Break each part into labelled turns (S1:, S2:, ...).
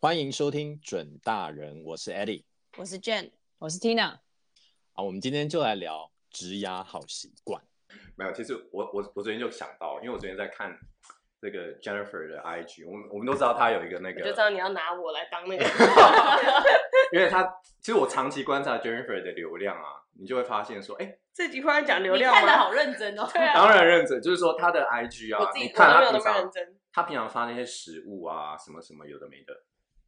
S1: 欢迎收听准大人，我是 Eddie
S2: 我是 Jane，
S3: 我是 Tina，
S1: 啊。我们今天就来聊植牙好习惯。
S4: 没有，其实我我我昨天就想到，因为我昨天在看这个 Jennifer 的 IG，我们我们都知道她有一个那
S2: 我
S4: 个，
S2: 就知道你要拿我来当那个。
S4: 因为她其实我长期观察 Jennifer 的流量啊，你就会发现说，哎，
S2: 这句话讲流
S3: 你
S2: 量
S3: 看的
S2: 吗？
S3: 好认真哦。
S2: 对啊，
S4: 当然认真，就是说她的 IG
S2: 我
S4: 啊，
S2: 自
S4: 你
S2: 己
S4: 看
S2: 我
S4: 她
S2: 都没有
S4: 平
S2: 那么认
S4: 常
S2: 真。
S4: 她平常发那些食物啊，什么什么有的没的，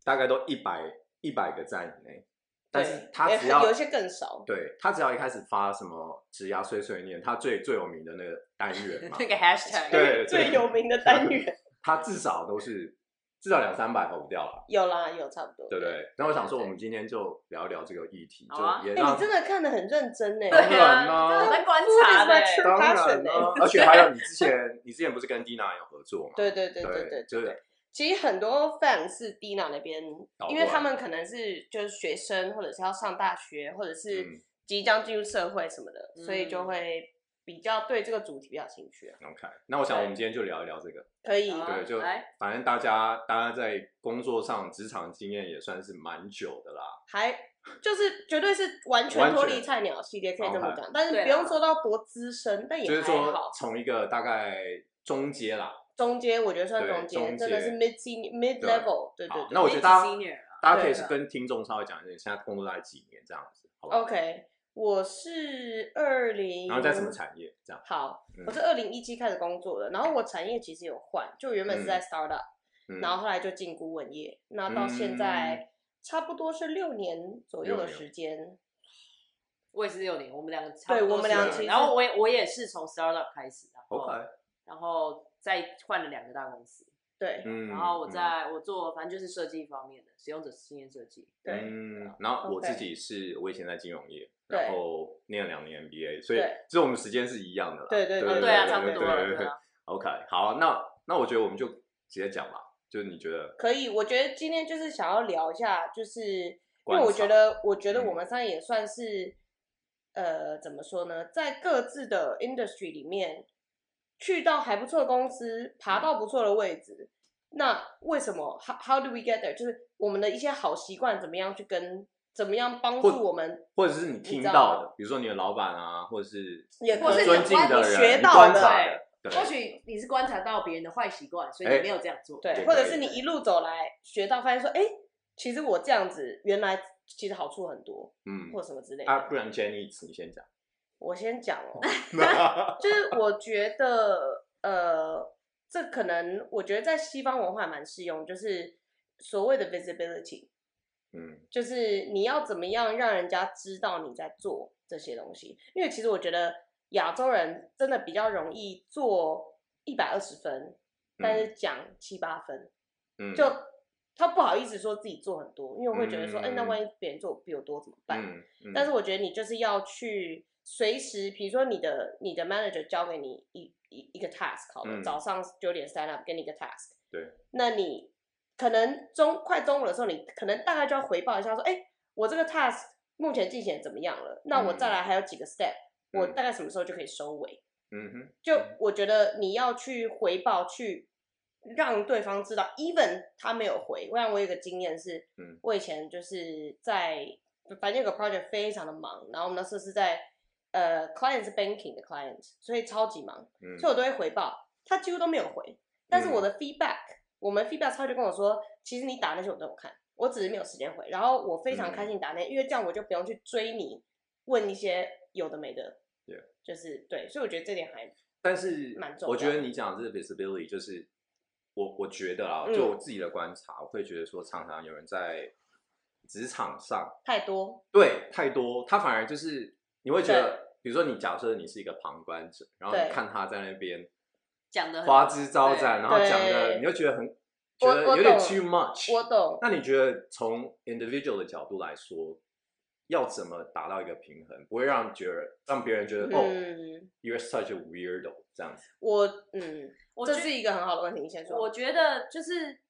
S4: 大概都一百一百个赞以内，但是
S2: 对
S4: 她
S2: 也
S4: 只要
S2: 有一些更少。
S4: 对她只要一开始发什么指牙碎碎念，她最最有名的那个单元 嘛，
S3: 那个 hashtag，
S4: 对
S2: 最有名的单元
S4: 她至少都是至少两三百跑不掉了。
S2: 有啦，有差不多。
S4: 对不对？那我想说，
S3: 对
S4: 我们今天就聊一聊这个议题，
S3: 好啊
S4: 就也
S2: 哎、
S4: 让
S2: 你真的看得很认真呢。
S4: 对
S3: 啊，
S4: 当然啦
S3: 我在观
S2: Food
S3: 察
S2: is
S3: 的
S2: my
S3: 欸。
S2: true
S4: 当然
S2: passion
S4: 啦
S2: 欸，
S4: 而且还有你之前，你之前不是跟 Dina 有合作吗？
S2: 对对对对
S4: 对
S2: 对，
S4: 就是
S2: 其实很多 fan 是 Dina 那边
S4: 导，过来
S2: 因为他们可能是就是学生，或者是要上大学，或者是
S4: 嗯
S2: 即将进入社会什么的，
S3: 嗯
S2: 所以就会比较对这个主题比较有兴趣啊。
S4: OK。那我想
S3: 对
S4: 我们今天就聊一聊这个，
S2: 可以，
S3: 好啊
S4: 对，就
S3: 来
S4: 反正大家大家在工作上职场经验也算是蛮久的啦，
S2: 还就是绝对是完全
S4: 完全哦
S2: 脱离菜鸟系列，可以这么讲，但是
S3: 对啦啊
S2: 不用说到多资深，但也
S4: 就是
S2: 还
S4: 说
S2: 好。
S4: 从一个大概中阶啦。
S2: 中间我觉得算
S4: 对
S2: 中间，
S4: 中
S2: 真的是
S4: 阶
S2: mid senior mid
S4: 对啊
S2: level，对对
S4: 好
S2: 对，。
S4: 那我觉得大家
S3: Senior 啊
S4: 大家可以
S2: 对
S4: 是跟听众稍微讲一下，你现在工作大概几年这样子，好不好
S2: OK，我是二零，
S4: 然后在什么产业这样？
S2: 好，
S4: 嗯
S2: 我是二零一七开始工作的，然后我产业其实有换，就原本是在 startup，、
S4: 嗯
S2: 然后后来就进顾问业，那到现在差不多是六年左右的
S4: 六年
S2: 时间。
S3: 我也是六年，我们两个差不多
S2: 对我们
S4: 俩
S3: 是
S4: 其
S2: 实
S3: 然后我也我也是从 startup 开始，然后
S4: OK，
S2: 哦
S3: 然后再换了两个大公司，
S2: 对，
S4: 嗯
S3: 然后我
S4: 嗯
S3: 在我做反正就是设计方面的使用者经验设计。
S2: 对
S4: 嗯，然后我
S2: OK
S4: 自己是我以前在金融业，
S2: 对
S4: 然后念了两年 MBA，所以
S2: 对
S4: 其实我们时间是一样的啦。
S2: 对对
S3: 哦
S2: 对
S3: 对啊，差不多
S4: 对
S3: 了，
S4: 对
S3: 对
S4: 对
S3: 啊。
S4: OK，好，那那我觉得我们就直接讲吧，就是你觉得
S2: 可以，我觉得今天就是想要聊一下，就是因为
S4: 观察
S2: 我觉得，我觉得我
S4: 嗯
S2: 们三个也算是，呃，怎么说呢，在各自的 industry 里面，去到还不错的公司，爬
S4: 嗯
S2: 到不错的位置，那为什么？How how do we get there？就是我们的一些好习惯怎么样去跟，怎么样帮
S4: 或
S2: 助我们
S4: 或者是你听
S2: 知道
S4: 到的，比如说你的老板啊，或者是
S2: 也
S4: 你
S2: 可以
S4: 尊敬的
S2: 或
S4: 人，
S2: 是你学
S4: 你
S2: 到
S4: 观
S2: 的欸
S4: 察的，对，
S3: 或许你是观察到别人的坏习惯，所以
S4: 哎
S3: 你没有这样做。
S2: 对，
S4: 对
S2: 或者
S4: 对
S2: 是你
S3: 对
S2: 一路走来学到，发现说，哎，其实我这样子原来其实好处很多，
S4: 嗯，
S2: 或什么之类
S4: 啊，
S2: 的。
S4: 不然 Jenny 你先 讲，
S2: 我先讲哦。 就是我觉得，呃，这可能我觉得在西方文化蛮适用，就是所谓的 visibility，
S4: 嗯
S2: 就是你要怎么样让人家知道你在做这些东西。因为其实我觉得亚洲人真的比较容易做一百二十分，但是讲七八分，
S4: 嗯，
S2: 就他不好意思说自己做很多，因为会觉得说，哎、那
S4: 嗯
S2: 万一别人做比我多怎么办？
S4: 嗯，嗯
S2: 但是我觉得你就是要去随时，比如说你的你的 manager 交给你一一一个 task，好了，
S4: 嗯
S2: 早上九点 stand up 给你一个 task，
S4: 对，
S2: 那你可能中快中午的时候，你可能大概就要回报一下说，哎，我这个 task 目前进行得怎么样了？那我再来还有几个 step，、我
S4: 嗯
S2: 大概什么时候就可以收尾？
S4: 嗯哼，
S2: 就我觉得你要去回报，去让对方知道，even 他没有回。我想我有一个经验是，
S4: 嗯
S2: 我以前就是在反正有个 project 非常的忙，然后我们那时候是在呃 client 是 banking 的 client，所以超级忙，
S4: 嗯
S2: 所以我都会回报，他几乎都没有回。但是
S4: 嗯
S2: 我的 feedback，、我们 feedback 超就跟我说，其实你打那些我都有看，我只是没有时间回。然后我非
S4: 嗯
S2: 常开心打那些，因为这样我就不用去追你问一些有的没的。
S4: Yeah
S2: 就是对，所以我觉得这点还
S4: 但是
S2: 蛮重
S4: 我觉
S2: 要
S4: 得你讲的这个 visibility 就是我我觉得啊，
S2: 嗯
S4: 就我自己的观察，我会觉得说，常常有人在职场上
S2: 太多，
S4: 对太多，他反而就是你会觉得，比如说你假设你是一个旁观者，然后
S2: 对嗯
S4: 你看他在那边
S3: 讲的
S4: 花枝招展，然后
S2: 对
S4: 讲的，你就觉得很觉
S2: 我
S4: 得
S2: 我
S4: 有点
S2: 懂
S4: too much。
S2: 我懂。
S4: 那你觉得从 individual 的角度来说，要怎么达到一个平衡，不会让觉得让别人觉得、哦
S2: 嗯，
S4: ，you're such a weirdo 这样子？
S2: 我嗯，
S3: 我
S2: 这
S3: 觉得
S2: 是一个很好的问题。你先说，
S3: 我觉得就是，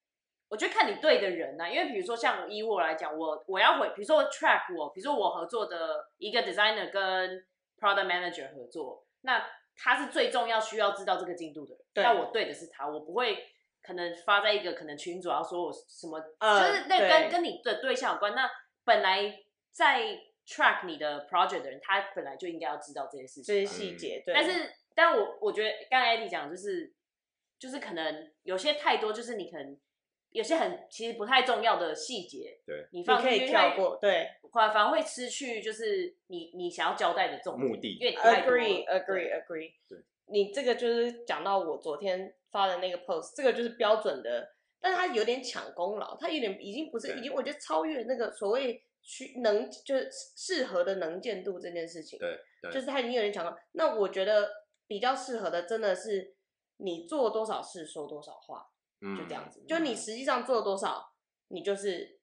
S3: 我觉得看你对的人呐、因为比如说像以我来讲，我我要回，比如说我 track 我，比如说我合作的一个 designer 跟 product manager 合作，那他是最重要需要知道这个进度的人，
S2: 对
S3: 那我对的是他，我不会可能发在一个可能群主，要说我什么，
S2: 嗯
S3: 就是那
S2: 对
S3: 跟跟你的对象有关。那本来在 track 你的 project 的人，他本来就应该要知道这些事情
S4: 嗯
S2: 这些
S3: 吧。
S2: 细节，对，
S3: 但是，但我我觉得刚才 Eddie 讲的就是，就是可能有些太多，就是你可能有些很其实不太重要的细节，
S4: 对，
S3: 你
S2: 你
S3: 放
S2: 可
S3: 进去
S2: 以跳过，对
S3: 反反而会失去就是你你想要交代的重点
S4: 目的
S3: 因为你太多了
S2: ，agree 呃 agree
S3: 对
S2: agree，
S4: 对
S2: 你这个就是讲到我昨天发的那个 post，这个就是标准的，但是它有点抢功劳，它有点已经不是
S4: 对
S2: 已经，我觉得超越那个所谓需能就是适合的能见度这件事情，
S4: 对对
S2: 就是他已经有点抢了。那我觉得比较适合的真的是你做多少事说多少话，
S4: 嗯
S2: 就这样子。就你实际上做了多少，你就是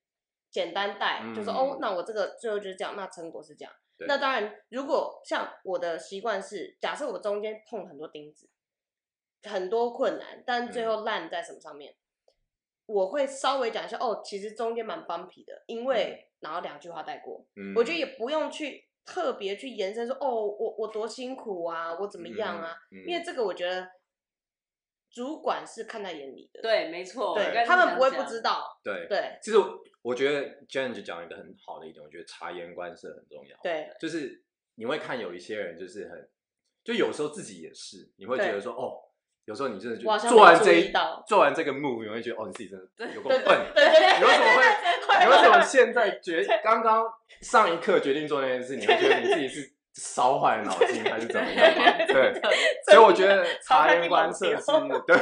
S2: 简单带，就是
S4: 嗯
S2: 哦，那我这个最后就是这样，那成果是这样。
S4: 对
S2: 那当然，如果像我的习惯是，假设我中间碰很多钉子，很多困难，但最
S4: 嗯
S2: 后烂在什么上面，我会稍微讲一下哦，其实中间蛮 bumpy 的，因为、然后两句话带过。
S4: 嗯
S2: 我觉得也不用去特别去延伸说哦，我我多辛苦啊，我怎么样啊？，
S4: 嗯嗯嗯
S2: 因为这个我觉得主管是看在眼里的，
S3: 对，没错，
S4: 对
S3: 我刚才
S2: 他
S3: 就
S2: 们
S3: 想
S2: 不会
S3: 讲
S2: 不知道，
S4: 对
S2: 对
S4: 其实我我觉得 Jen 就讲了一个很好的一点，我觉得察言观色很重要。，
S2: 对
S4: 就是你会看有一些人就是很，就有时候自己也是，你会觉得说哦，有时候你真的就
S2: 我好像没
S4: 做完
S2: 注
S4: 这
S2: 意
S4: 一
S2: 到
S4: 做完这个 move，你会觉得哦，你自己真的有够
S2: 对
S4: 笨
S2: 对，对对，
S4: 你为什么会？你为什么
S2: 会
S4: 现在决刚刚上一刻决定做那件事？你会觉得你自己是烧坏了脑筋还是怎么样吗？对，所以我觉得察言观色是
S2: 哦
S4: 对，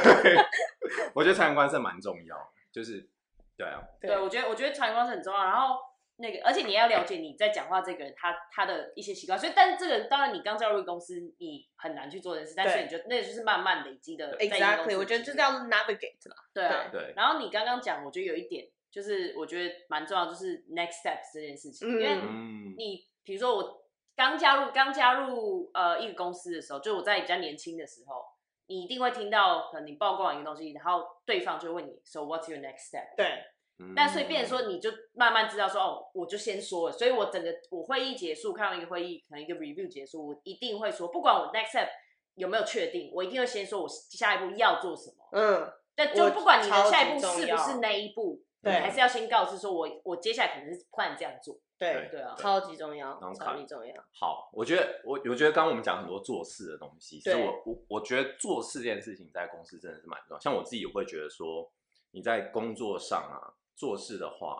S4: 我觉得察言观色蛮重要，就是对啊，
S3: 对，我觉得我觉得察言观色很重要。然后那个，而且你要了解你在讲话这个人他他的一些习惯。所以，但这个当然你刚加入一个公司，你很难去做这件事，但是
S2: 对
S3: 你就那就是慢慢累积的。在一个公司
S2: exactly，
S3: 的
S2: 我觉得
S3: 经
S2: 就是
S3: 验
S2: 要 navigate 啦，
S3: 对啊。
S4: 对
S3: 然后你刚刚讲，我觉得有一点就是我觉得蛮重要，就是 next steps 这件事情，因为
S2: 嗯
S4: 嗯
S3: 你比如说我刚加入刚加入呃一个公司的时候，就我在比较年轻的时候，你一定会听到可能你曝光完一个东西，然后对方就问你，so what's your next step？
S2: 对
S4: 嗯
S3: 但所以变成说，你就慢慢知道说，哦，我就先说了。所以我整个我会议结束，看到一个会议，可能一个 review 结束，我一定会说，不管我 next step 有没有确定，我一定会先说我下一步要做什么。
S2: 嗯，
S3: 但就
S2: 我
S3: 不管你的
S2: 超级
S3: 下一步
S2: 重
S3: 是
S2: 要
S3: 不是那一步，
S2: 对
S3: 你还是要先告知说我我接下来可能是 plan 这样做。
S2: 对，
S3: 对啊，
S2: 超级重要
S4: 然后，
S2: 超
S4: 看
S2: 级重要，
S4: 好，我觉得我我觉得刚刚我们讲很多做事的东西，其实
S2: 对
S4: 我我我觉得做事这件事情在公司真的是蛮重要。像我自己也会觉得说，你在工作上啊做事的话，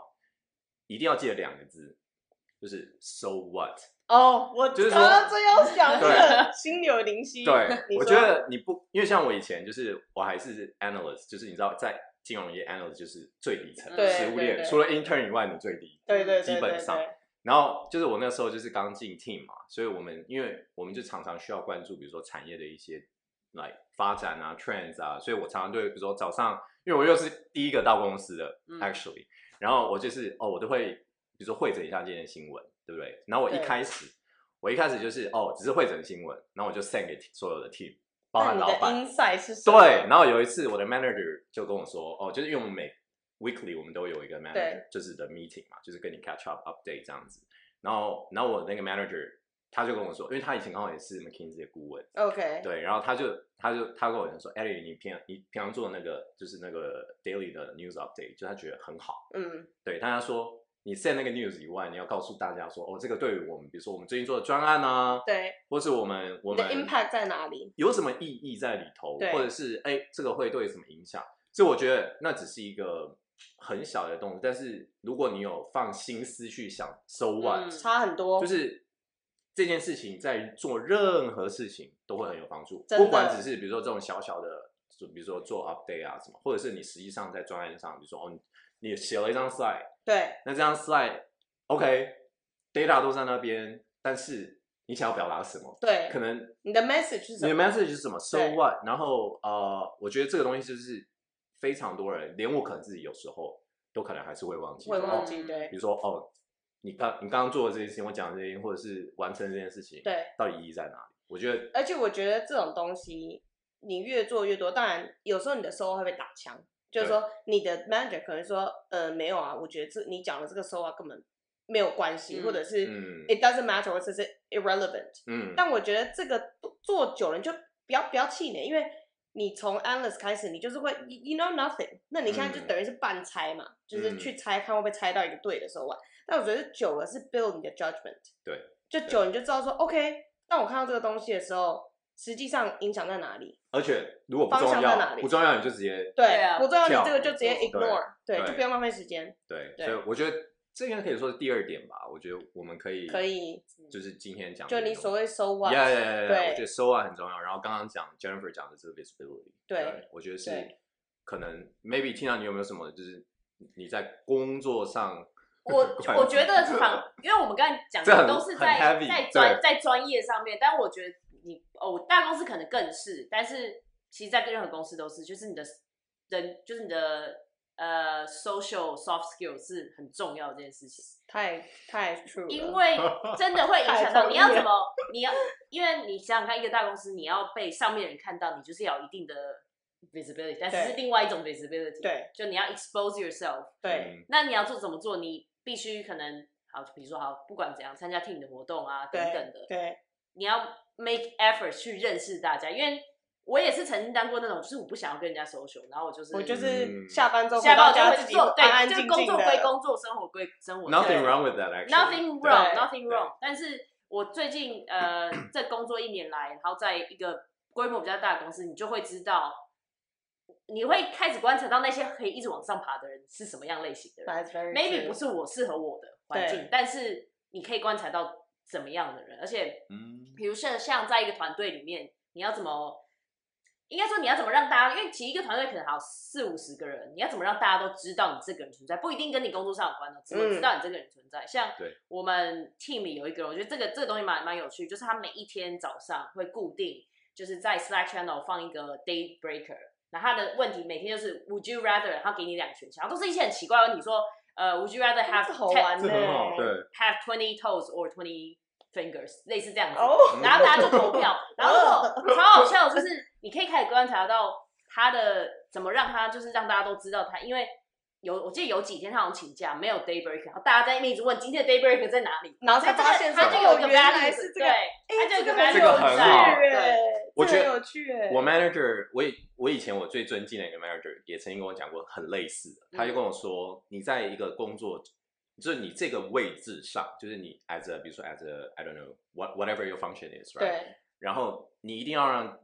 S4: 一定要记得两个字，就是 so what。
S2: 哦，我
S4: 就是说
S2: 刚刚最要讲这个
S4: 对
S2: 心有灵犀，你
S4: 对，我
S2: 说
S4: 觉得你不，因为像我以前就是我还是 analyst，就是你知道在金融业 analyst 就是最底层
S3: 对
S4: 食物
S2: 嗯对
S4: 链，
S2: 对
S4: 除了 intern 以外，你最低。
S2: 对对对
S4: 基本
S2: 对
S4: 上
S2: 对
S4: 然后就是我那时候就是刚进 team 嘛，所以我们因为我们就常常需要关注，比如说产业的一些来发展啊、trends 啊，所以我常常对，比如说早上，因为我又是第一个到公司的、
S3: 嗯
S4: actually，然后我就是哦，我都会比如说会诊一下今天的新闻，对不对？然后我一
S2: 对
S4: 开始，我一开始就是哦，只是会诊新闻，然后我就 send 给所有的 team，包
S2: 那
S4: 含
S2: 你
S4: 老
S2: 的
S4: 板，
S2: insight 是什么？
S4: 对，然后有一次我的 manager 就跟我说，哦，就是因为我们每 weekly 我们都有一个
S2: 对
S4: manager 就是的 meeting 嘛，就是跟你 catch up update 这样子。然后，然后我那个 manager 他就跟我说，因为他以前刚好也是 McKinsey 的顾问，
S2: ，OK，
S4: 对，然后他就他就他跟我讲说 e l l i 你平常你平常做那个就是那个 daily 的 news update，就他觉得很好，
S2: 嗯，
S4: 对，但他说你 send 那个 news 以外，你要告诉大家说，哦，这个对于我们，比如说我们最近做的专案啊，
S2: 对，
S4: 或是我们我
S2: 你
S4: 们
S2: 的 impact 在哪里？
S4: 有什么意义在里头，
S2: 对
S4: 或者是哎、这个会对什么影响？所以我觉得那只是一个很小的动作，但是如果你有放心思去想，so what，、
S3: 嗯
S2: 差很多，
S4: 就是这件事情在做任何事情都会很有帮助，
S2: 真的
S4: 不管只是比如说这种小小的，就比如说做 update 啊什么，或者是你实际上在专案上，比如说哦，你你写了一张 slide，
S2: 对
S4: 那这张 slide，OK，data、都在那边，但是你想要表达什么？
S2: 对
S4: 可，能
S2: 你的 message 是什么？
S4: 你的 message 是什么？So
S2: 对
S4: what？然后呃，我觉得这个东西就是非常多人，连我可能自己有时候都可能还是会忘记。
S2: 会
S4: 说
S2: 忘
S4: 哦。
S2: 记，
S4: 比
S2: 对
S4: 如说哦，你刚你刚刚做的这件事情，我讲的这件事情，或者是完成这件事情，
S2: 对。
S4: 到底意义在哪里？我觉得
S2: 而且我觉得这种东西，你越做越多，当然有时候你的收获会被打枪，就是说你的 manager 可能说，呃，没有啊，我觉得这你讲的这个收获啊根本没有关系，
S3: 嗯
S2: 或者是、
S4: 嗯
S2: it doesn't matter，或者是 irrelevant。
S4: 嗯，
S2: 但我觉得这个做久了你就不要不要气馁，因为你从 endless 开始，你就是会 you you know nothing，那你现在就
S4: 嗯
S2: 等于是半猜嘛，就是
S4: 嗯
S2: 去猜看会不会猜到一个对的手腕。但我觉得久了是 build 你的 judgment，
S4: 对，
S2: 就久了你就知道说 OK，当我看到这个东西的时候，实际上影响在哪里？
S4: 而且如果不
S2: 方
S4: 重
S2: 向在哪
S4: 要，
S2: 里
S4: 不重要你就直接
S2: 对，
S3: 对啊
S2: 不重要
S4: 跳
S2: 你这个就直接 ignore，对，
S4: 对
S2: 就不用浪费时间，
S4: 对，
S2: 对
S4: 所以我觉得这应该可以说是第二点吧。我觉得我们可以
S2: 可，以嗯
S4: 就是今天讲
S2: 就
S4: 的
S2: 你所谓 so
S4: y
S2: what，
S4: e a h yeah, yeah, yeah,
S2: 对
S4: 我觉得 so what 很重要。然后刚刚讲 Jennifer 讲的这个 visibility，
S2: 对
S4: 我觉得是
S2: 对
S4: 可能 maybe 听到你有没有什么就是你在工作上，
S3: 我
S4: 怪
S3: 我觉得反，因为我们刚才讲
S4: 这很
S3: 的都是在
S4: 很 heavy，
S3: 在专
S4: 对
S3: 在专业上面，但我觉得你哦，大公司可能更是，但是其实，在任何公司都是，就是你的人，就是你的呃 social soft skill 是很重要的这件事情，
S2: 太太 true 了，
S3: 因为真的会影响
S2: 太
S3: 到
S2: 同
S3: 你
S2: 意了
S3: 要怎么，你要，因为你想想看，一个大公司你要被上面人看到，你就是要有一定的 visibility，但
S2: 对
S3: 是是另外一种 visibility，，
S2: 对
S3: 就你要 expose yourself。
S2: 对
S4: 嗯，
S3: 那你要做怎么做？你必须可能好，比如说好，不管怎样参加 team 的活动啊，等等的，
S2: 对
S3: 你要 make effort 去认识大家。因为我也是曾经当过那种，就是我不想要跟人家 social，然后我就是
S2: 我就
S4: 嗯
S2: 是下班之后
S3: 下班
S2: 回
S3: 我
S2: 到家
S3: 就
S2: 自
S3: 会
S2: 己
S3: 做，
S2: 安安
S3: 对，就
S2: 静
S3: 是工
S2: 静
S3: 作
S2: 的
S3: 归工作，生活归生活。
S4: nothing
S2: 对
S4: wrong with that actually
S3: nothing
S4: 对
S3: wrong,
S2: 对
S3: nothing wrong。但是我最近 呃，在工作一年来，然后在一个规模比较大的公司，你就会知道，你会开始观察到那些可以一直往上爬的人是什么样类型的人。
S2: That's very
S3: maybe
S2: true
S3: 不是我适合我的环境
S2: 对，
S3: 但是你可以观察到怎么样的人，而且
S4: 嗯，
S3: 比如像像在一个团队里面，你要怎么，应该说你要怎么让大家，因为其实一个团队可能好四五十个人，你要怎么让大家都知道你这个人存在，不一定跟你工作上有关的，只么知道你这个人存在。像
S4: 对
S3: 我们 team 里有一个人，我觉得这个这个东西蛮蛮有趣，就是他每一天早上会固定就是在 Slack channel 放一个 day breaker，然后他的问题每天就是 Would you rather，然后给你两个选项，然后都是一些很奇怪的问题，说呃 Would you rather
S2: 这
S3: have
S2: 好玩
S3: ten-
S4: 这很好，
S2: 呢
S4: 对，
S3: have twenty toes or twenty fingers，类似这样子。
S2: 哦，
S4: 嗯
S3: 然后大家就投 票，然后如果超好笑，的就是你可以开始观察到他的怎么让他就是让大家都知道他，因为有我记得有几天他好像请假没有 day break，然后大家在那边一直问今天的 day break 在哪里，
S2: 然后
S3: 所以
S2: 才
S3: 这个
S2: 发现
S3: 他
S2: 说
S3: 就有一
S2: 哦
S3: 个
S2: 原来
S3: value，
S2: 是这个哎
S3: 对，他就有一
S2: 这
S3: 个
S2: 个
S3: value
S4: 这个很好
S3: 在，对，
S4: 我觉得
S2: 很有趣哎，
S4: 我 manager，我也我以前我最尊敬的一个 manager 也曾经跟我讲过很类似的，
S2: 嗯
S4: 他就跟我说，你在一个工作，就是你这个位置上，就是你 as a 比如说 as a I don't know what whatever your function is right，
S2: 对
S4: 然后你一定要让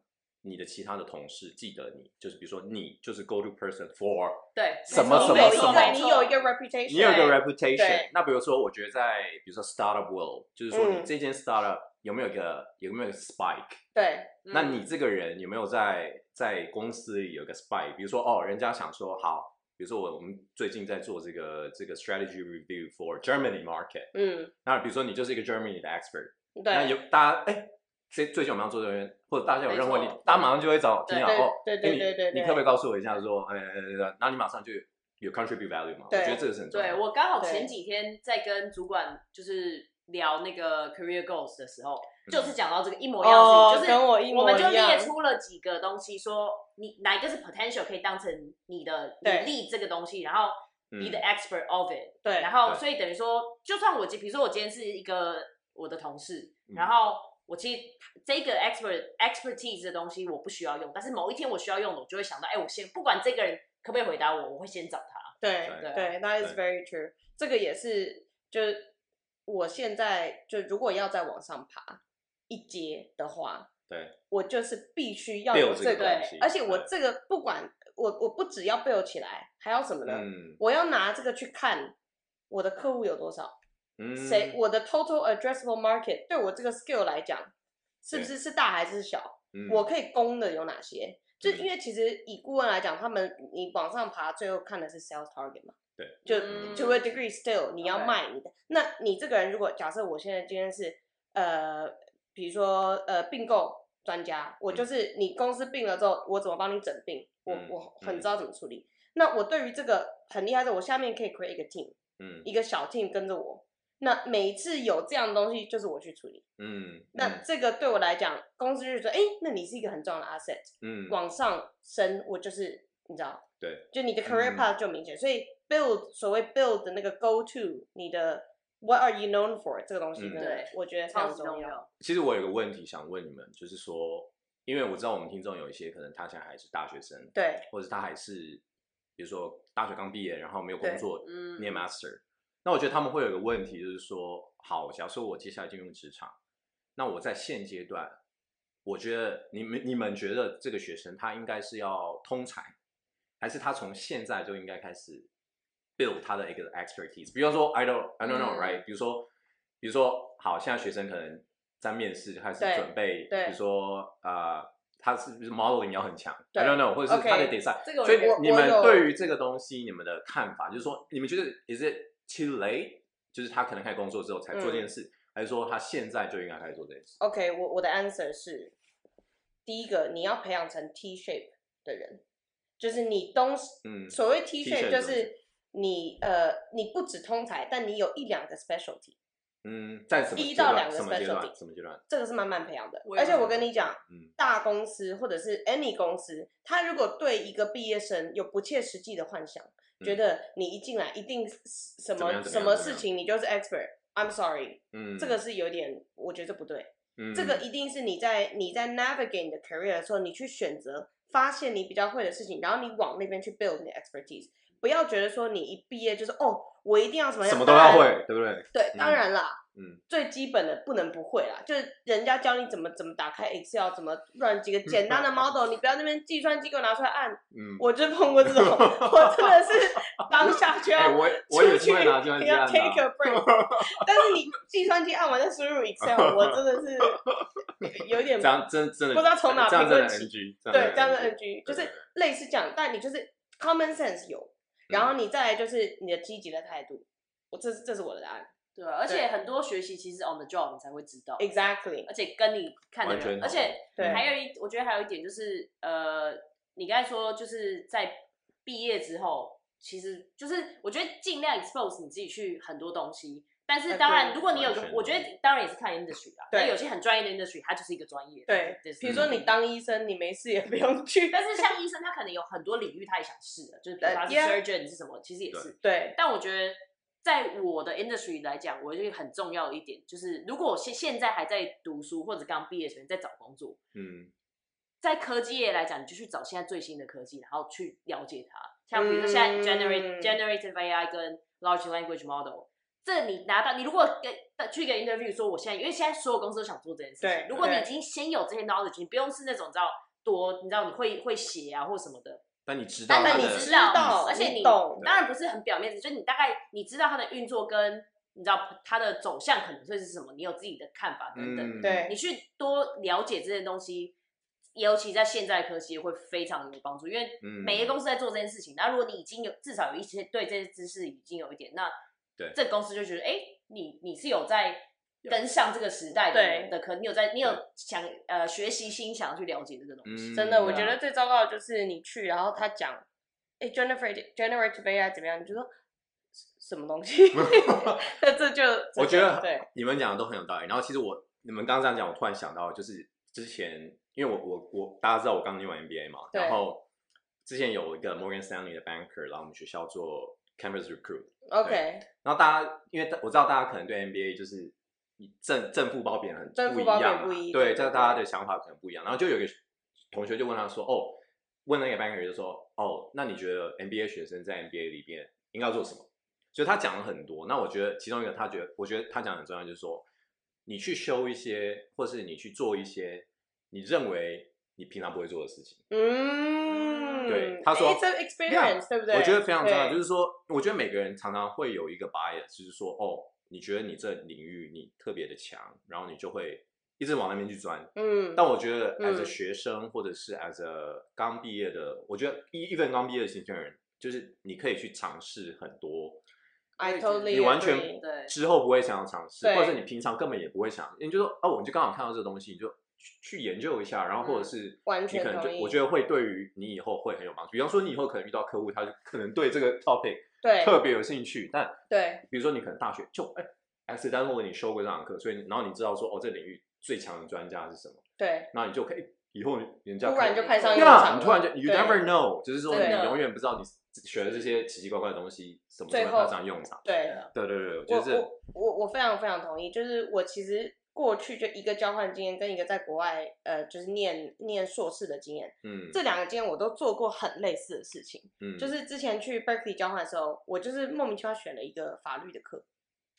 S4: 你的其他的同事记得你，就是比如说你就是 go to person for
S3: 对，
S4: 什么
S3: 没
S4: 什
S3: 错
S4: 么
S2: 没
S3: 没
S4: 什
S2: 错
S3: 错
S4: 么
S2: 对
S3: 没
S2: 你
S3: 错
S2: 有一个 reputation，
S4: 你有一个
S2: 对
S4: reputation
S2: 对。
S4: 那比如说，我觉得在比如说 startup world，就是说
S2: 嗯
S4: 你这间 startup 有没有一个有没有一个 spike？
S2: 对
S4: 那
S2: 嗯
S4: 你这个人有没有在在公司里有个 spy？比如说哦，人家想说好，比如说我我们最近在做这个这个 strategy review for Germany market，
S2: 嗯
S4: 那比如说你就是一个 Germany 的 expert，那
S2: 对
S4: 有大家哎，最最近我们要做这个，或者大家有任何问
S3: 没
S4: 题
S3: 错，
S4: 大家马上就会找
S3: 对
S4: 听到哦，
S2: 对
S4: 哎
S2: 对
S4: 你
S2: 对对对
S4: 你可不可以告诉我一下说，哎，哎哎哎那你马上就有 contribute value 嘛？我
S2: 对
S4: 觉得这个是很重
S3: 对
S4: 要的。
S3: 我刚好
S2: 对
S3: 前几天在跟主管就是聊那个 career goals 的时候，
S4: 嗯
S3: 就是讲到这个一模一样
S2: 哦
S3: 的事情，
S2: 跟我
S3: 就
S2: 一
S3: 是
S2: 模
S3: 我们就
S2: 一样
S3: 列出了几个东西，说你哪一个是 potential 可以当成你的你
S2: 对
S3: 立这个东西，然后 be
S4: 嗯
S3: the expert of it，
S2: 对，
S3: 然后
S4: 对
S3: 所以等于说，就算我今比如说我今天是一个我的同事，
S4: 嗯
S3: 然后我其实这个 expert expertise 的东西我不需要用，但是某一天我需要用的，我就会想到，哎，我先不管这个人可不可以回答我，我会先找他。
S2: 对
S4: 对
S2: 对，That is very true。这个也是，就是我现在就如果要再往上爬一阶的话，
S4: 对，
S2: 我就是必须要
S4: build
S2: 有
S4: 这
S2: 这
S4: 个
S2: 个
S4: 东西，
S2: 而且我
S4: 对
S2: 这个不管我我不只要 build 起来，还要什么呢？
S4: 嗯
S2: 我要拿这个去看我的客户有多少，
S4: 嗯，
S2: 谁我的 total addressable market 对我这个 skill 来讲，是不
S4: 对
S2: 是是大还是小？
S4: 嗯
S2: 我可以攻的有哪些？就
S4: 嗯
S2: 因为其实以顾问来讲，他们你往上爬，最后看的是 sales target 嘛。
S4: 对，
S2: 就
S3: 嗯
S2: to a degree still，你要
S3: OK
S2: 卖你的。那你这个人，如果假设我现在今天是呃，比如说呃并购专家，我就是你公司病了之后，我怎么帮你整病？我
S4: 嗯
S2: 我
S4: 嗯
S2: 很知道怎么处理。那我对于这个很厉害的，我下面可以 create 一个 team，
S4: 嗯
S2: 一个小 team 跟着我。那每一次有这样的东西，就是我去处理。
S4: 嗯，
S2: 那这个对我来讲，公司就觉得，哎、那你是一个很重要的 asset，
S4: 嗯嗯
S2: 往上升，我就是你知道，
S4: 对，
S2: 就你的 career
S4: 嗯
S2: path 就明显，所以 build 所谓 build 的那个 go to，你的 what are you known for 这个东西，
S4: 嗯
S2: 真的
S3: 对
S2: 我觉得非
S3: 超
S2: 常
S3: 级
S2: 重
S3: 重
S2: 要。
S3: 要，
S4: 其实我有个问题想问你们，就是说，因为我知道我们听众有一些可能他现在还是大学生，
S2: 对，
S4: 或者是他还是比如说大学刚毕业，然后没有工作，
S3: 嗯
S4: 念 master，那我觉得他们会有一个问题，就是说，好，假如说我接下来进入职场，那我在现阶段，我觉得你们你们觉得这个学生他应该是要通才，还是他从现在就应该开始 build 他的一个 expertise？比方说，I don't I don't know
S3: 嗯
S4: right？、比如说，比如说，好，现在学生可能在面试就开始
S2: 对
S4: 准备，
S2: 对
S4: 比如说呃，他是不是 modeling 要很强
S2: 对
S4: ？I don't know，或者是他的
S2: OK，
S4: design。
S3: 这个我
S4: 所以
S3: 觉得
S2: 我
S4: 你们
S2: 有
S4: 对于这个东西，你们的看法就是说，你们觉得 is it too late？就是他可能开始工作之后才做这
S2: 嗯
S4: 件事，还是说他现在就应该开始做这件事？
S2: OK，我我的 answer 是，第一个你要培养成 T shape 的人，就是你东西，
S4: 嗯
S2: 所谓 T
S4: T
S2: shape
S4: shape 怎
S2: 就
S4: 么
S2: 是你呃你不止通才，但你有一两个 specialty，
S4: 嗯，在什么
S2: 一
S4: 阶
S2: 到
S4: 段
S2: 两个
S4: 什么阶
S2: specialty
S4: 段？什么阶段？
S2: 这个是慢慢培养的
S3: 我。也
S2: 而且
S4: 觉
S2: 我跟
S4: 得
S2: 你讲，
S4: 嗯
S2: 大公司或者是 any 公司，他如果对一个毕业生有不切实际的幻想，
S4: 嗯
S2: 觉得你一进来一定是什
S4: 怎么
S2: 么
S4: 样怎么
S2: 什
S4: 样
S2: 么
S4: 怎么
S2: 事
S4: 样
S2: 情你就是 expert，I'm sorry，、
S4: 嗯，
S2: 这个是有点，我觉得这不对。
S4: 嗯
S2: 这个一定是你在你在 navigate 你的 career 的时候，你去选择发现你比较会的事情，然后你往那边去 build 你的 expertise。不要觉得说你一毕业就是哦，我一定要什么样
S4: 什么都要。
S2: 当然
S4: 会，对不对？
S2: 对，当然啦，
S4: 嗯
S2: 最基本的不能不会啦，就是人家教你怎么怎么打开 Excel，怎么乱几个简单的 model，你不要那边计算机给我拿出来按。
S4: 嗯，
S2: 我就碰 过这种，我真的是当下就
S4: 哎，
S2: 要
S4: 我
S2: 出
S4: 我也
S2: 去
S4: 是会拿计算
S2: 你
S4: 机
S2: 要
S4: 按
S2: take
S4: 的
S2: a
S4: 啊，
S2: break，但 是你计算机按完再输入 Excel，我真的是有 点
S4: 这样真真的
S2: 不知道从哪
S4: 这样真的
S2: 评论起
S4: NG，
S2: 对这样的
S4: 真的
S2: NG，就
S4: 对
S2: 是类似这样，但你就是 common sense 有，然后你再来就是你的积极的态度，我这是这是我的答案
S3: 对，啊而且很多学习其实 on the job 你才会知道
S2: ，exactly，
S3: 而且跟你看的
S4: 完全
S3: 人，而
S4: 同
S3: 且
S2: 对
S3: 还有一，我觉得还有一点就是，呃，你刚才说就是在毕业之后，其实就是我觉得尽量 expose 你自己去很多东西。但是当然，
S2: Agree
S3: 如果你有一
S4: 完
S3: 个，
S4: 全
S3: 我觉得当然也是看 industry 啦。
S2: 呃对
S3: 那有些很专业的 industry，它就是一个专业。
S2: 对，
S3: 就是
S2: 比如
S4: 嗯
S2: 说你当医生，你没事也不用去，
S3: 但是像医生，他可能有很多领域他也想试的，就是比如说他是
S2: Yeah
S3: surgeon 是什么，其实也是。
S2: 对
S3: 但我觉得，在我的 industry 来讲，我觉得很重要的一点就是，如果我现现在还在读书或者刚毕业的学生在找工作，
S4: 嗯
S3: 在科技业来讲，你就去找现在最新的科技，然后去了解它。像比如说现在 generate、
S2: 嗯
S3: generative AI 跟 large language model，这你拿到，你如果跟去一个 interview 说我现在，因为现在所有公司都想做这件事
S2: 对
S3: 情，如果你
S2: 对
S3: 已经先有这些 knowledge，你不用是那种你知道多，你知道你会会写啊或什么的，
S4: 但你知道
S3: 但
S4: 他
S2: 但
S4: 的
S2: 你
S3: 知
S2: 知
S3: 道
S2: 道，
S3: 而且你
S2: 懂，
S3: 当然不是很表面的，就是你大概你知道它的运作跟你知道它的走向可能会是什么，你有自己的看法等等。
S4: 嗯
S2: 对
S3: 你去多了解这些东西，尤其在现在科技会非常有帮助，因为
S4: 嗯
S3: 每个公司在做这件事情，那、如果你已经有至少有一些对这些知识已经有一点，那
S4: 对
S3: 这个公司就觉得哎、诶你你是有在。跟上这个时代的
S2: 对
S3: 的可，你有在，你有
S4: 对
S3: 想呃学习心，想要去了解这个东西。
S4: 嗯
S2: 真的，我
S3: 对
S2: 觉
S3: 啊
S2: 得最糟糕的就是你去，然后他讲，哎，generative generative AI 怎么样，你就说。什么东西？
S4: 嗯
S2: 那这就
S4: 我觉得
S2: 对，
S4: 你们讲的都很有道理。然后其实我你们刚刚这样讲，我突然想到，就是之前因为我我我大家知道我刚念完 MBA 嘛，
S2: 对
S4: 然后之前有一个 Morgan Stanley 的 banker 来我们学校做 campus recruit，
S2: OK，
S4: 然后大家因为我知道大家可能对 MBA 就是正正负褒贬很
S2: 正
S4: 不
S2: 负
S4: 一
S2: 褒贬
S4: 样嘛，
S2: 不一对
S4: 对，
S2: 对
S4: 这
S2: 对
S4: 大家的想法可能不一样。然后就有一个同学就问他说：“哦，问那个 banker 就说，哦，那你觉得 MBA 学生在 MBA 里边应该做什么？”就他讲了很多。那我觉得其中一个他觉得，我觉得他讲得很重要，就是说你去修一些，或是你去做一些你认为你平常不会做的事情。
S2: 嗯，
S4: 对他说
S2: It's an experience，对不对？
S4: 我觉得非常重要，就是是说，我觉得每个人常常会有一个 bias，就是说，哦，你觉得你这领域你特别的强，然后你就会一直往那边去钻。
S2: 嗯，
S4: 但我觉得
S2: 嗯
S4: as a 学生或者是 as a 刚毕业的，我觉得 e even 刚毕业的新鲜人，就是你可以去尝试很多
S2: I totally
S4: 你完全
S2: agree
S3: 对，
S4: 之后不会想要尝试，
S2: 对
S4: 或者是你平常根本也不会想，你就说哦，你就刚好看到这个东西，你就去去研究一下，然后或者是
S2: 嗯完
S4: 你
S2: 全
S4: 可能
S2: 同
S4: 就
S2: 意。
S4: 我觉得会对于你以后会很有帮助。比方说你以后可能遇到客户，他就可能对这个 topic
S2: 对
S4: 特别有兴趣，但
S2: 对
S4: 比如说你可能大学就哎 accidental 你修过这堂课，所以你然后你知道说哦这领域最强的专家是什么，
S2: 对，
S4: 那你就可以以后人家
S2: 突然就
S4: 看
S2: 派上
S4: 对
S2: 用场
S4: 啊，
S2: 了，
S4: 你突然就 you
S2: 对
S4: never know，就是说
S2: 对
S4: 你永远不知道你学的这些奇奇怪怪的东西什么时
S2: 最
S4: 候
S2: 后
S4: 派上用场。
S2: 对，
S4: 对对对，我觉
S2: 我
S4: 得这
S2: 我我我非常非常同意，就是我其实过去就一个交换经验跟一个在国外呃就是念念硕士的经验，
S4: 嗯
S2: 这两个经验我都做过很类似的事情。
S4: 嗯，
S2: 就是之前去 Berkeley 交换的时候，我就是莫名其妙选了一个法律的课。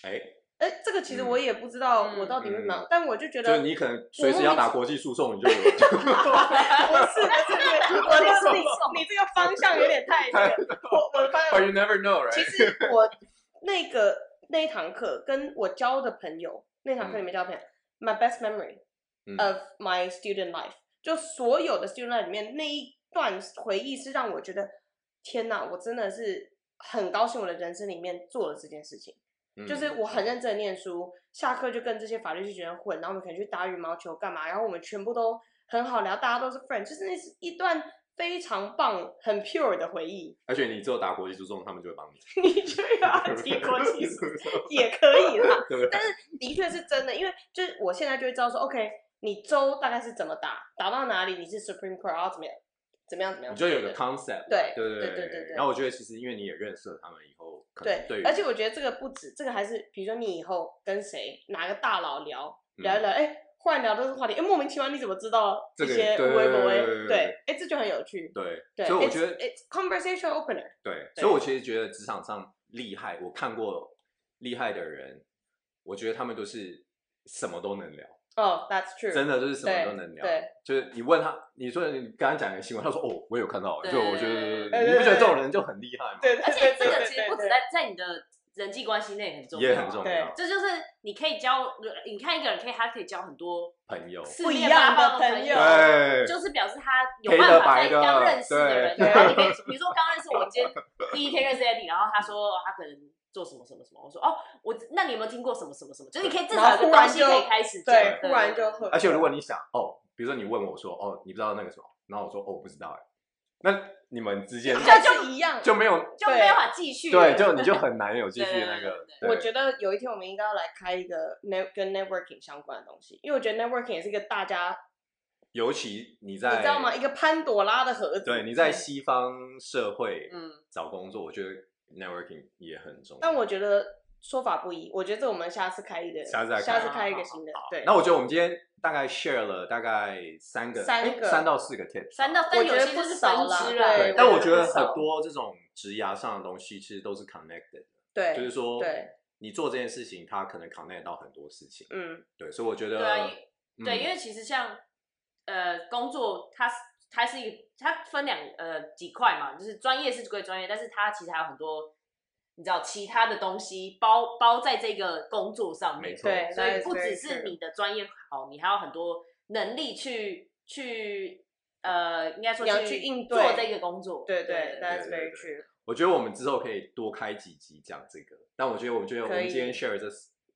S4: 哎，
S2: 哎、这个其实我也不知道
S3: 嗯
S2: 我到底为什么，
S4: 嗯
S2: 但我就觉
S4: 就
S2: 得
S4: 是你可能随时要打国际诉讼，你就有
S2: 不是不是不是，我就是你你这个方向有点太那个，我我的方
S4: But
S2: 向
S4: you never know,
S2: 其
S4: right？
S2: 实我那个那一堂课跟我交的朋友，那堂课里面交的朋友、m y best memory
S4: 嗯
S2: of my student life，、就所有的 student life 里面那一段回忆是让我觉得，天哪，我真的是很高兴我的人生里面做了这件事情。
S4: 嗯
S2: 就是我很认真的念书，下课就跟这些法律系学生混，然后我们可能去打羽毛球干嘛，然后我们全部都很好聊，大家都是 friend，就是那是一段非常棒、很 pure 的回忆。
S4: 而且你只有打国际诉讼，他们就会帮你。
S2: 你 就要提国际诉 也可以啦，
S4: 对不对？
S2: 但是的确是真的，因为就是我现在就会知道说，OK，你州大概是怎么打，打到哪里你是 Supreme Court，然后怎么样，怎么样怎么样，
S4: 你就有
S2: 对
S4: 个 concept，
S2: 对
S4: 对
S2: 对对
S4: 对
S2: 对对
S4: 然后我觉得其实因为你也认识了他们以后，可能对
S2: 对，
S4: 于，
S2: 而且我觉得这个不止，这个还是比如说你以后跟谁哪个大佬聊
S4: 嗯
S2: 聊一聊，哎、忽然聊到这个话题，哎，莫名其妙你怎么知道
S4: 这
S2: 一
S4: 个
S2: 些
S4: 对
S2: 微博
S4: 对对
S2: 微？
S4: 对对
S2: 对，哎，这就很有趣。
S4: 对，
S2: 对，
S4: 所以我
S2: it's-
S4: 觉得
S2: it's conversation opener，
S4: 对，
S2: 对
S4: 所以我其实觉得职场上厉害，我看过厉害的人，我觉得他们都是什么都能聊，
S2: 哦、t h a t s true，
S4: 真的就是什么
S2: 对
S4: 都能聊。
S2: 对
S4: 就是你问他，你说你刚刚讲一个新闻，他说哦，我有看到，
S3: 对
S4: 就我觉得
S2: 对对
S4: 你不觉得这
S2: 对
S4: 种人就很厉害吗？
S2: 对，对，
S3: 而且这个
S2: 对
S3: 其实不止，在在你的人际关系内很重要，啊
S4: 也很重要，
S3: 这就是你可以交，你看一个人可以他可以交很多
S4: 朋友，
S3: 四
S2: 不一
S3: 面八
S2: 样的
S3: 方
S2: 朋
S3: 朋
S2: 友
S4: 对，
S3: 就是表示他有
S4: 黑的
S3: 办法
S4: 白
S3: 在
S4: 的
S3: 刚认识的人，
S2: 对
S3: 然后你可以 比如说刚认识我，今天第一天认识 Eddie，然后他说哦他可能做什么什么什么，我说哦我那你有没有听过什么什么什么？就是你可以至
S2: 然
S3: 少
S2: 后
S3: 有个
S2: 忽然
S3: 东西可以
S2: 就
S3: 开始讲
S2: 对，，忽然就 很，
S4: 而且如果你想哦，比如说你问我说哦，你不知道那个什么，然后我说哦，我不知道哎，那你们之间
S2: 还是一样，
S4: 就没有
S3: 就没有办法继续了，
S4: 对，就你就很难有继续的那个。对
S2: 我觉得有一天我们应该要来开一个 net 跟 networking 相关的东西，因为我觉得 networking 也是一个大家
S4: 尤其你在
S2: 你知道吗？一个嗯潘朵拉的盒子，
S4: 对，你在西方社会
S3: 嗯，
S4: 找工作，我觉得 networking 也很重要。
S2: 但我觉得说法不一，我觉得这我们下次开一个，
S4: 下次再开
S2: 开一个新的，对。
S4: 那我觉得我们今天大概 share 了大概三个，
S2: 三
S4: 诶
S2: 个
S4: 三到四个 tips，
S3: 三到但
S2: 我
S3: 有
S2: 觉得
S3: 些
S2: 不
S3: 就是分
S2: 少啦
S3: 支
S2: 对
S3: 了
S4: 对。但我
S2: 对
S4: 觉得
S2: 不少
S4: 很多这种职涯上的东西其实都是 connected，
S2: 对，
S4: 就是说
S2: 对，
S4: 你做这件事情，它可能 connect 到很多事情。
S2: 嗯，
S4: 对，所以我觉得
S3: 对啊
S4: 嗯
S3: 对，因为其实像呃工作，它是它是一个它分两呃几块嘛，就是专业是归专业，但是它其实还有很多你知道其他的东西包包在这个工作上
S4: 没
S3: 面，
S4: 错，
S2: 对，
S3: 所
S2: that
S3: 以
S2: is
S3: 不
S2: very
S3: 只是
S2: true
S3: 你的专业好，你还有很多能力去去呃应该说
S2: 你要去应对
S3: 做这个工作，
S2: 对对
S4: 对
S2: ，That's
S4: 对对
S2: very true。
S4: 我觉得我们之后可以多开几集讲这个，但我觉得，我觉得我
S2: 可
S4: 们
S2: 以
S4: 今天 share 这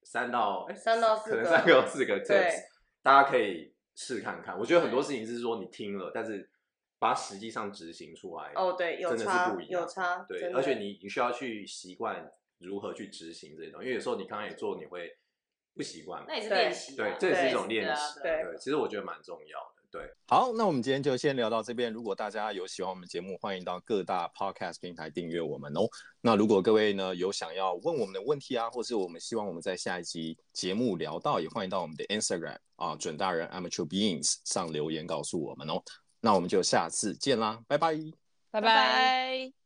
S4: 三到诶
S2: 三到四
S4: 可能
S2: 个
S4: 三到四个
S2: 对
S4: tips，大家可以试看看。我觉得很多事情是说你听了，但是把它实际上执行出来，
S2: 哦，对，有
S4: 真的是
S2: 差
S4: 不一，样
S2: 有差，
S4: 对，
S2: 真
S4: 而且
S2: 的
S4: 你你需要去习惯如何去执行这些东西，因为有时候你刚刚也做，你会不习惯嘛。
S3: 那也是
S2: 对
S3: 练习啊，
S4: 对，这也是一
S2: 对
S4: 种练习。
S3: 对啊对啊
S4: 对，其实我觉得蛮重要的。对，
S1: 好，那我们今天就先聊到这边。如果大家有喜欢我们节目，欢迎到各大 podcast 平台订阅我们哦。那如果各位呢有想要问我们的问题啊，或是我们希望我们在下一集节目聊到，也欢迎到我们的 Instagram 啊，准大人 amateur beings 上留言告诉我们哦。那我们就下次见啦，拜拜。
S5: 拜
S2: 拜拜
S5: 拜。